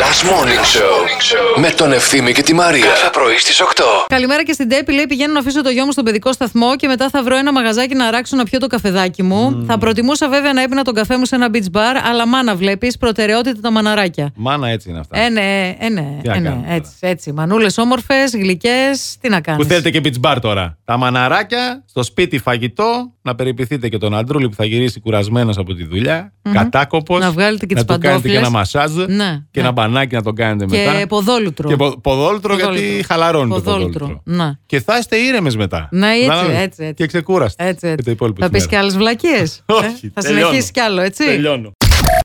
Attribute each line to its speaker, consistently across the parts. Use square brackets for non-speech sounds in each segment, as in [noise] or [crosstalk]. Speaker 1: Last Morning Show με τον Ευθύμη και τη Μαρία. Κάθε πρωί στις 8.
Speaker 2: Καλημέρα και στην Τέπη. Λέει: Πηγαίνω να αφήσω το γιο μου στον παιδικό σταθμό και μετά θα βρω ένα μαγαζάκι να ράξω να πιω το καφεδάκι μου. Θα προτιμούσα βέβαια να έπινα τον καφέ μου σε ένα beach bar, αλλά μάνα βλέπεις προτεραιότητα τα μαναράκια.
Speaker 3: Μάνα έτσι είναι αυτά.
Speaker 2: Ε, ναι, ε, ναι,
Speaker 3: Τι να
Speaker 2: ε, ναι,
Speaker 3: κάνουμε
Speaker 2: έτσι, έτσι. Μανούλες όμορφες, γλυκές, τι να κάνει.
Speaker 3: Που θέλετε και beach bar τώρα. Τα μαναράκια, στο σπίτι φαγητό, να περιποιηθείτε και τον αντρούλη που θα γυρίσει κουρασμένος από τη δουλεια κατάκοπος.
Speaker 2: Να βγάλετε και τις
Speaker 3: Να του κάνετε και ένα
Speaker 2: παντόφλες.
Speaker 3: μασάζ
Speaker 2: Ναι,
Speaker 3: και
Speaker 2: ναι.
Speaker 3: ένα μπανάκι να τον κάνετε μετά.
Speaker 2: Και ποδόλουτρο.
Speaker 3: Και πο- ποδόλτρο, γιατί
Speaker 2: Ποδόλτρο.
Speaker 3: χαλαρώνει το
Speaker 2: Ποδόλτρο,
Speaker 3: ποδόλτρο.
Speaker 2: ναι.
Speaker 3: Και θα είστε ήρεμες μετά.
Speaker 2: Ναι, έτσι,
Speaker 3: Κατάλαβες?
Speaker 2: έτσι, έτσι.
Speaker 3: Και ξεκούραστε.
Speaker 2: Έτσι,
Speaker 3: Και το
Speaker 2: έτσι.
Speaker 3: υπόλοιπο
Speaker 2: Θα
Speaker 3: της
Speaker 2: πει και
Speaker 3: μέρας.
Speaker 2: άλλες βλακίες.
Speaker 3: [laughs] Όχι,
Speaker 2: Θα
Speaker 3: τελειώνω.
Speaker 2: συνεχίσεις κι άλλο, έτσι.
Speaker 3: Τελειώνω.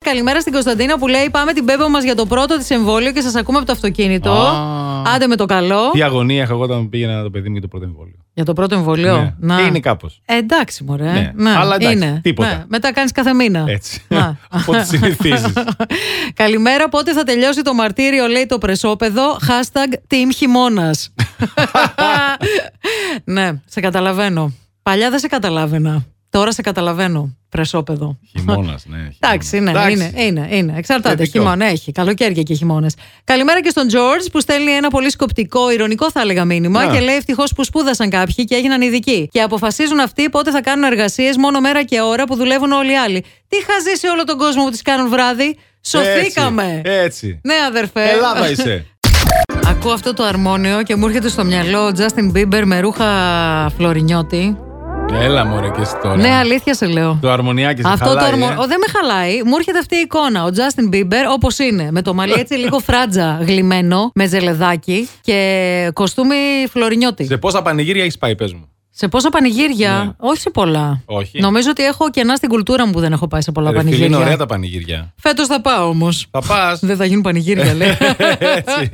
Speaker 2: Καλημέρα στην Κωνσταντίνα που λέει: Πάμε την πέμπα μας για το πρώτο της εμβόλιο και σας ακούμε από το αυτοκίνητο.
Speaker 3: Α.
Speaker 2: Άντε με το καλό.
Speaker 3: Τι αγωνία είχα εγώ όταν πήγαινα το παιδί μου για το πρώτο εμβόλιο.
Speaker 2: Για το πρώτο εμβόλιο.
Speaker 3: Ναι.
Speaker 2: Να.
Speaker 3: Και είναι κάπως.
Speaker 2: Ε, εντάξει, μωρέ.
Speaker 3: Ναι. Αλλά εντάξει,
Speaker 2: είναι.
Speaker 3: τίποτα.
Speaker 2: Ναι. Μετά κάνεις κάθε μήνα.
Speaker 3: Έτσι.
Speaker 2: Να.
Speaker 3: Οπότε συνηθίζεις.
Speaker 2: [laughs] Καλημέρα, πότε θα τελειώσει το μαρτύριο, λέει το πρεσόπεδο. Hashtag Team Χειμώνας.
Speaker 3: [laughs]
Speaker 2: ναι, σε καταλαβαίνω. Παλιά δεν σε καταλάβαινα. Τώρα σε καταλαβαίνω. Πρεσόπεδο.
Speaker 3: Χειμώνας, ναι.
Speaker 2: Εντάξει, ναι,
Speaker 3: χειμώνας.
Speaker 2: είναι, είναι, είναι. Εξαρτάται.
Speaker 3: Θετικό.
Speaker 2: Χειμώνα έχει. Καλοκαίρια και χειμώνε. Καλημέρα και στον Τζορτζ που στέλνει ένα πολύ σκοπτικό, ηρωνικό θα έλεγα μήνυμα
Speaker 3: Να.
Speaker 2: και λέει ευτυχώς που σπούδασαν κάποιοι και έγιναν ειδικοί. Και αποφασίζουν αυτοί πότε θα κάνουν εργασίες μόνο μέρα και ώρα που δουλεύουν όλοι οι άλλοι. Τι χαζεί σε όλο τον κόσμο που τις κάνουν βράδυ. Σωθήκαμε.
Speaker 3: Έτσι. έτσι.
Speaker 2: Ναι, αδερφέ.
Speaker 3: Ελλάδα είσαι.
Speaker 2: [laughs] Ακούω αυτό το αρμόνιο και μου έρχεται στο μυαλό ο Justin Bieber με ρούχα φλωρινιώτη.
Speaker 3: Έλα μωρέ και εσύ τώρα.
Speaker 2: Ναι, αλήθεια σε λέω.
Speaker 3: Το αρμονιάκι σε
Speaker 2: Αυτό το
Speaker 3: χαλάει,
Speaker 2: αρμο...
Speaker 3: ε.
Speaker 2: Ο, δεν με χαλάει. Μου έρχεται αυτή η εικόνα. Ο Justin Bieber όπως είναι. Με το μαλλί έτσι λίγο φράτζα γλυμμένο, με ζελεδάκι και κοστούμι φλωρινιώτη.
Speaker 3: Σε πόσα πανηγύρια έχεις πάει, πες μου.
Speaker 2: Σε πόσα πανηγύρια,
Speaker 3: Ναι.
Speaker 2: όχι σε πολλά.
Speaker 3: Όχι.
Speaker 2: Νομίζω ότι έχω κενά στην κουλτούρα μου που δεν έχω πάει σε πολλά
Speaker 3: Ρε φίλε, Είναι ωραία
Speaker 2: πανηγύρια. Ναι.
Speaker 3: τα πανηγύρια.
Speaker 2: Φέτος θα πάω όμως.
Speaker 3: Θα πας.
Speaker 2: Δεν θα γίνουν πανηγύρια,
Speaker 3: [laughs]
Speaker 2: λέει.
Speaker 3: Έτσι.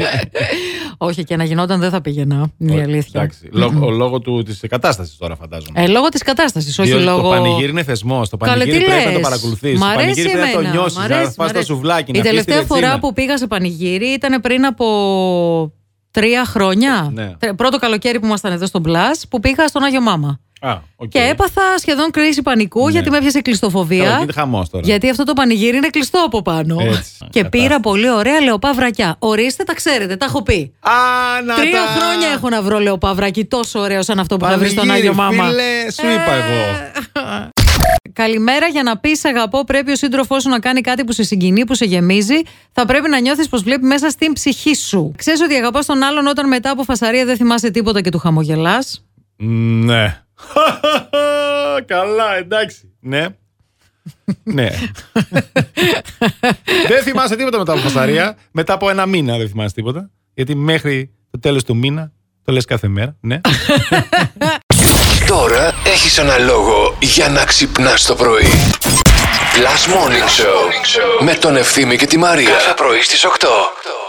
Speaker 2: όχι, και να γινόταν δεν θα πήγαινα. Είναι [laughs] η αλήθεια.
Speaker 3: Εντάξει. Λόγω, ο λόγο του της κατάστασης τώρα, φαντάζομαι.
Speaker 2: Ε, λόγο της κατάστασης, όχι
Speaker 3: Διότι
Speaker 2: λόγω.
Speaker 3: Το πανηγύρι είναι θεσμός. Το
Speaker 2: Καλέ,
Speaker 3: πανηγύρι
Speaker 2: τι
Speaker 3: πρέπει
Speaker 2: λες?
Speaker 3: να το παρακολουθεί. Το
Speaker 2: Μ' αρέσει
Speaker 3: πανηγύρι πρέπει να το
Speaker 2: εμένα,
Speaker 3: νιώσει.
Speaker 2: μ'
Speaker 3: Να
Speaker 2: αρέσει,
Speaker 3: φας
Speaker 2: μ'
Speaker 3: το
Speaker 2: αρέσει. Η
Speaker 3: σουβλάκι. να πεις τη
Speaker 2: τελευταία φορά
Speaker 3: ρετσίνα.
Speaker 2: που πήγα σε πανηγύρι ήταν πριν από τρία χρόνια.
Speaker 3: Ναι.
Speaker 2: Τε- Πρώτο καλοκαίρι που ήμασταν εδώ στον Πλάς, που πήγα στον Άγιο Μάμα.
Speaker 3: Α, οκ. Ναι.
Speaker 2: Και έπαθα σχεδόν κρίση πανικού γιατί με έπιασε
Speaker 3: Καλά,
Speaker 2: κλειστοφοβία.
Speaker 3: Γίνεται χαμός τώρα.
Speaker 2: Γιατί αυτό το πανηγύρι είναι κλειστό από πάνω.
Speaker 3: Έτσι. ναι,
Speaker 2: Και
Speaker 3: Κατάσταση.
Speaker 2: πήρα πολύ ωραία λεοπαύρακιά. Ορίστε, τα ξέρετε, τα έχω πει.
Speaker 3: Α, να
Speaker 2: Τρία
Speaker 3: τα-
Speaker 2: χρόνια έχω να βρω λεοπαύρακι τόσο ωραίο σαν αυτό που θα βρεις
Speaker 3: Πανηγύρι,
Speaker 2: στον Άγιο Μάμα. Ε,
Speaker 3: Φίλε, σου είπα εγώ.
Speaker 2: Καλημέρα για να πεις αγαπώ. Πρέπει ο σύντροφός σου να κάνει κάτι που σε συγκινεί, που σε γεμίζει. Θα πρέπει να νιώθεις πως βλέπει μέσα στην ψυχή σου. Ξέρεις ότι αγαπάς τον άλλον όταν μετά από φασαρία δεν θυμάσαι τίποτα και του χαμογελάς.
Speaker 3: Ναι. [laughs] Καλά, εντάξει. Ναι. ναι. δεν θυμάσαι τίποτα μετά από φασαρία. Μετά από ένα μήνα δεν θυμάσαι τίποτα. Γιατί μέχρι το τέλος του μήνα το λες κάθε μέρα. Ναι.
Speaker 1: Τώρα έχεις ένα λόγο για να ξυπνάς το πρωί. Last Morning Show με τον Ευθύμη και τη Μαρία. Κάθε πρωί στις 8.